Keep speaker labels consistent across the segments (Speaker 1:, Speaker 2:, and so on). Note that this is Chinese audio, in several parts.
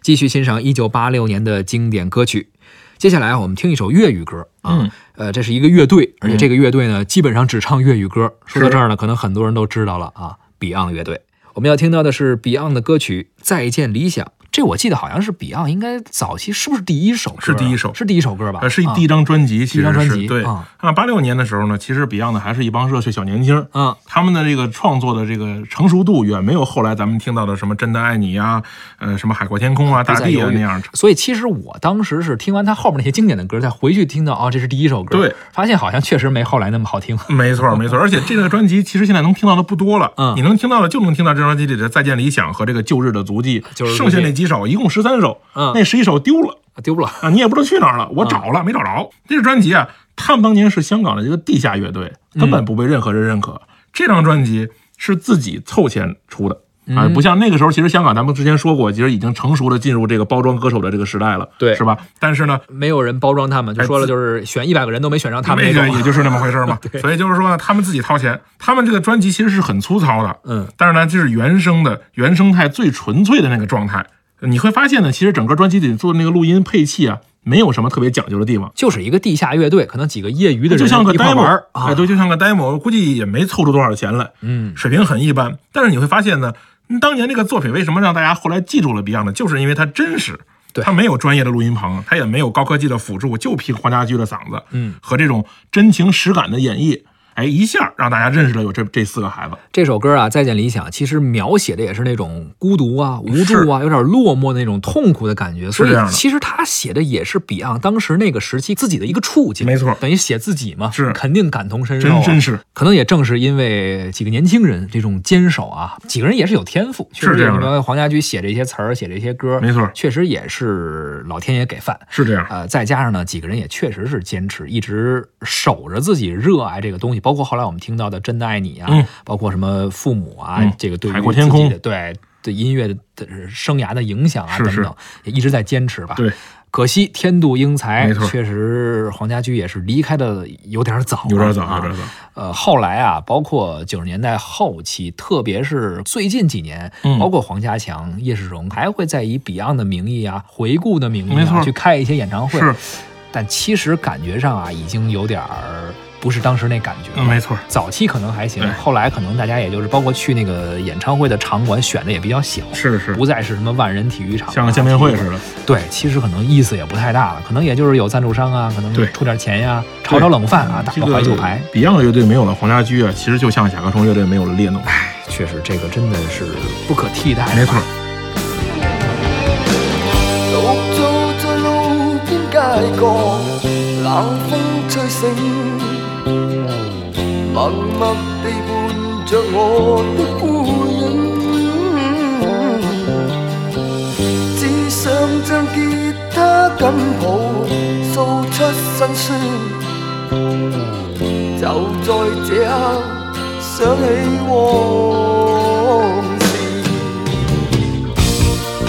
Speaker 1: 继续欣赏1986年的经典歌曲。接下来啊，我们听一首粤语歌啊，
Speaker 2: 嗯
Speaker 1: 呃，这是一个乐队，而且这个乐队呢，基本上只唱粤语歌。说到
Speaker 2: 是
Speaker 1: 这儿呢，可能很多人都知道了啊，Beyond 乐队。我们要听到的是 Beyond 的歌曲《再见理想》，这我记得好像是 Beyond 应该早期是不是第一首歌啊？
Speaker 2: 是第一首
Speaker 1: 是第一首歌吧？
Speaker 2: 呃，是一
Speaker 1: 啊
Speaker 2: 第一张专辑，
Speaker 1: 第
Speaker 2: 其
Speaker 1: 一张
Speaker 2: 实
Speaker 1: 专
Speaker 2: 是
Speaker 1: 辑
Speaker 2: 对
Speaker 1: 啊
Speaker 2: 啊。八六年的时候呢，其实 Beyond 还是一帮热血小年轻儿，
Speaker 1: 嗯
Speaker 2: 他们的这个创作的这个成熟度远没有后来咱们听到的什么《真的爱你》啊，呃，什么《海阔天空》啊，《
Speaker 1: 不
Speaker 2: 大
Speaker 1: 再
Speaker 2: 地》
Speaker 1: 犹
Speaker 2: 啊
Speaker 1: 豫
Speaker 2: 那样。
Speaker 1: 所以其实我当时是听完他后面那些经典的歌，再回去听到啊、这是第一首歌，
Speaker 2: 对，
Speaker 1: 发现好像确实没后来那么好听。
Speaker 2: 没错，没错，而且这个专辑其实现在能听到的不多了，
Speaker 1: 嗯
Speaker 2: 你能听到的就能听到这张专辑里的《再见理想》和这个《旧日的足迹》，
Speaker 1: 旧日足迹
Speaker 2: 剩下那几首，一共十三首，
Speaker 1: 嗯
Speaker 2: 那十一首丢了
Speaker 1: 啊丢不了，
Speaker 2: 啊，你也不知道去哪儿了，我找了、没找着。这个专辑啊，他们当年是香港的一个地下乐队，
Speaker 1: 嗯
Speaker 2: 根本不被任何人认可。这张专辑是自己凑钱出的。
Speaker 1: 嗯
Speaker 2: 啊，不像那个时候，其实香港咱们之前说过，其实已经成熟的进入这个包装歌手的这个时代了，
Speaker 1: 对
Speaker 2: 是吧？但是呢，
Speaker 1: 没有人包装他
Speaker 2: 哎
Speaker 1: 们，就说了就是选一百个人都没选上他们
Speaker 2: 那
Speaker 1: 那
Speaker 2: 个
Speaker 1: 种。啊
Speaker 2: 也就是那么回事 儿嘛。所以就是说呢，他们自己掏钱，他们这个专辑其实是很粗糙的，
Speaker 1: 嗯，
Speaker 2: 但是呢，这是原生的、原生态最纯粹的那个状态。你会发现呢，其实整个专辑里做的那个录音配器啊，没有什么特别讲究的地方，
Speaker 1: 就是一个地下乐队，可能几个业余的人
Speaker 2: 就像个
Speaker 1: 一块
Speaker 2: demo，
Speaker 1: 玩儿啊
Speaker 2: 哎，，对，就像个 demo，估计也没凑出多少钱来，
Speaker 1: 嗯，
Speaker 2: 水平很一般。但是你会发现呢，嗯当年这个作品为什么让大家后来记住了 Beyond 呢？就是因为它真实。
Speaker 1: 对
Speaker 2: 它没有专业的录音棚，它也没有高科技的辅助，就凭黄家驹的嗓子，
Speaker 1: 嗯，
Speaker 2: 和这种真情实感的演绎，哎，一下让大家认识了有这这四个孩子。
Speaker 1: 这首歌啊，《再见理想》其实描写的也是那种孤独啊、无助啊，有点落寞那种痛苦的感觉。所以
Speaker 2: 这样的
Speaker 1: 其实他写的也是 Beyond 当时那个时期自己的一个处境，
Speaker 2: 没错
Speaker 1: 等于写自己嘛，
Speaker 2: 是
Speaker 1: 肯定感同身受、
Speaker 2: 真
Speaker 1: 啊。
Speaker 2: 真是
Speaker 1: 可能也正是因为几个年轻人这种坚守啊，几个人也是有天赋，确实
Speaker 2: 是这样的
Speaker 1: 你说黄家驹写这些词儿、写这些歌，
Speaker 2: 没错
Speaker 1: 确实也是老天爷给饭。
Speaker 2: 是这样，
Speaker 1: 呃，再加上呢，几个人也确实是坚持，一直守着自己热爱这个东西，包括后来我们听到的《真的爱你》啊，
Speaker 2: 嗯
Speaker 1: 包括什么父母啊，
Speaker 2: 嗯
Speaker 1: 这个对于
Speaker 2: 海阔天空
Speaker 1: 自己的对对音乐的呃生涯的影响啊
Speaker 2: 是是
Speaker 1: 等等，也一直在坚持吧。
Speaker 2: 对，
Speaker 1: 可惜天妒英才
Speaker 2: 没，错
Speaker 1: 确实黄家驹也是离开的有点早啊、
Speaker 2: 有点早，有
Speaker 1: 啊
Speaker 2: 点早。
Speaker 1: 呃，后来啊，包括九十年代后期，特别是最近几年，
Speaker 2: 嗯
Speaker 1: 包括黄家强、叶世荣，还会再以 Beyond 的名义啊、回顾的名义、啊，
Speaker 2: 没错
Speaker 1: 去开一些演唱会。
Speaker 2: 是，
Speaker 1: 但其实感觉上啊，已经有点儿不是当时那感觉了。
Speaker 2: 嗯，哎没错，
Speaker 1: 早期可能还行
Speaker 2: 对，
Speaker 1: 后来可能大家也就是包括去那个演唱会的场馆选的也比较小，
Speaker 2: 是是，
Speaker 1: 不再是什么万人体育场啊，
Speaker 2: 像个见面会似的。
Speaker 1: 对，其实可能意思也不太大了，可能也就是有赞助商啊，可能
Speaker 2: 对
Speaker 1: 出点钱呀、炒炒冷饭啊，打
Speaker 2: 这
Speaker 1: 个
Speaker 2: 个
Speaker 1: 怀旧牌。
Speaker 2: Beyond 乐队没有了黄家驹啊，其实就像甲壳虫乐队没有了列侬。
Speaker 1: 确实，这个真的是不可替代。
Speaker 2: 没错，
Speaker 3: 独坐在路边街角，冷风吹醒，默默地伴着我的孤影。只想将吉他紧抱，诉出辛酸。就在这刻，想起往事。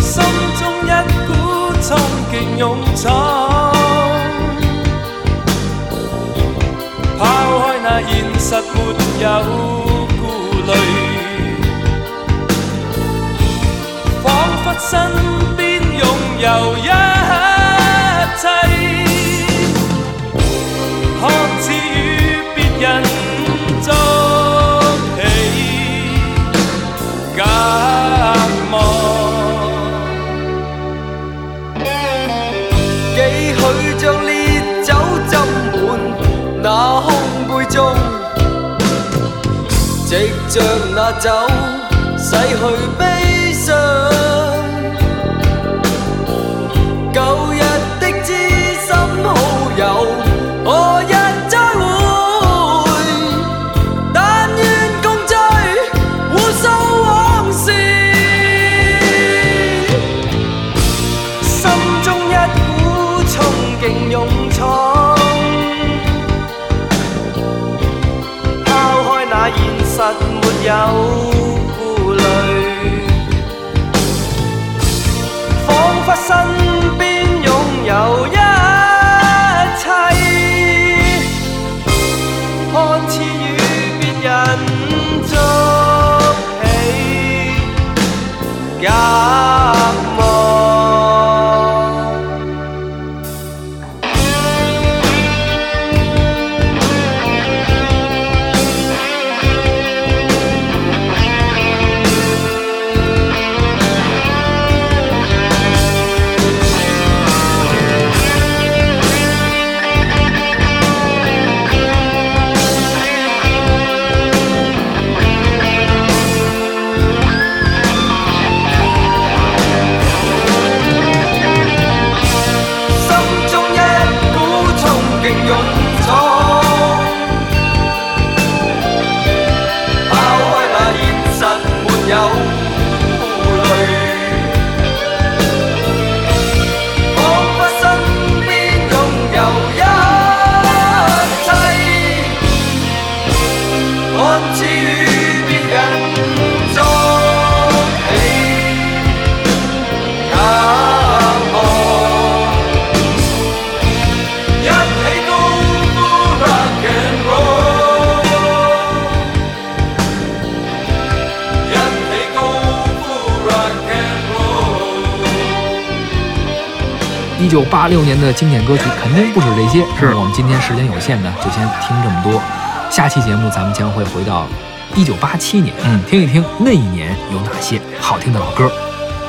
Speaker 4: 心中一股冲劲涌涌，拋開那現實沒有顧慮，彷彿身邊擁有一切，看似與別人捉起。隔膜。
Speaker 3: 幾許將烈酒斟滿那空杯中，藉着那酒洗去悲傷。舊日的知心好友，何日再會？但願共聚，互訴往事。心中一股衝勁勇闖，拋開那現實沒有顧慮，彷彿身邊擁有一切，看似與別人捉起隔膜。
Speaker 1: 一九八六年的经典歌曲肯定不止这些。是我们今天时间有限呢，就先听这么多。下期节目咱们将会回到一九八七年，
Speaker 2: 嗯
Speaker 1: 听一听那一年有哪些好听的老歌。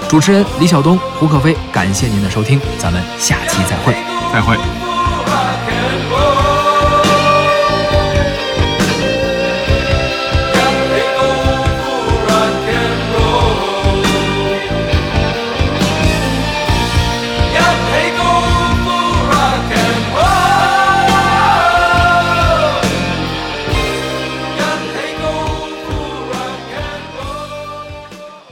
Speaker 1: 主持人李晓东、胡可飞，感谢您的收听，咱们下期再会。
Speaker 2: 再会。
Speaker 4: 我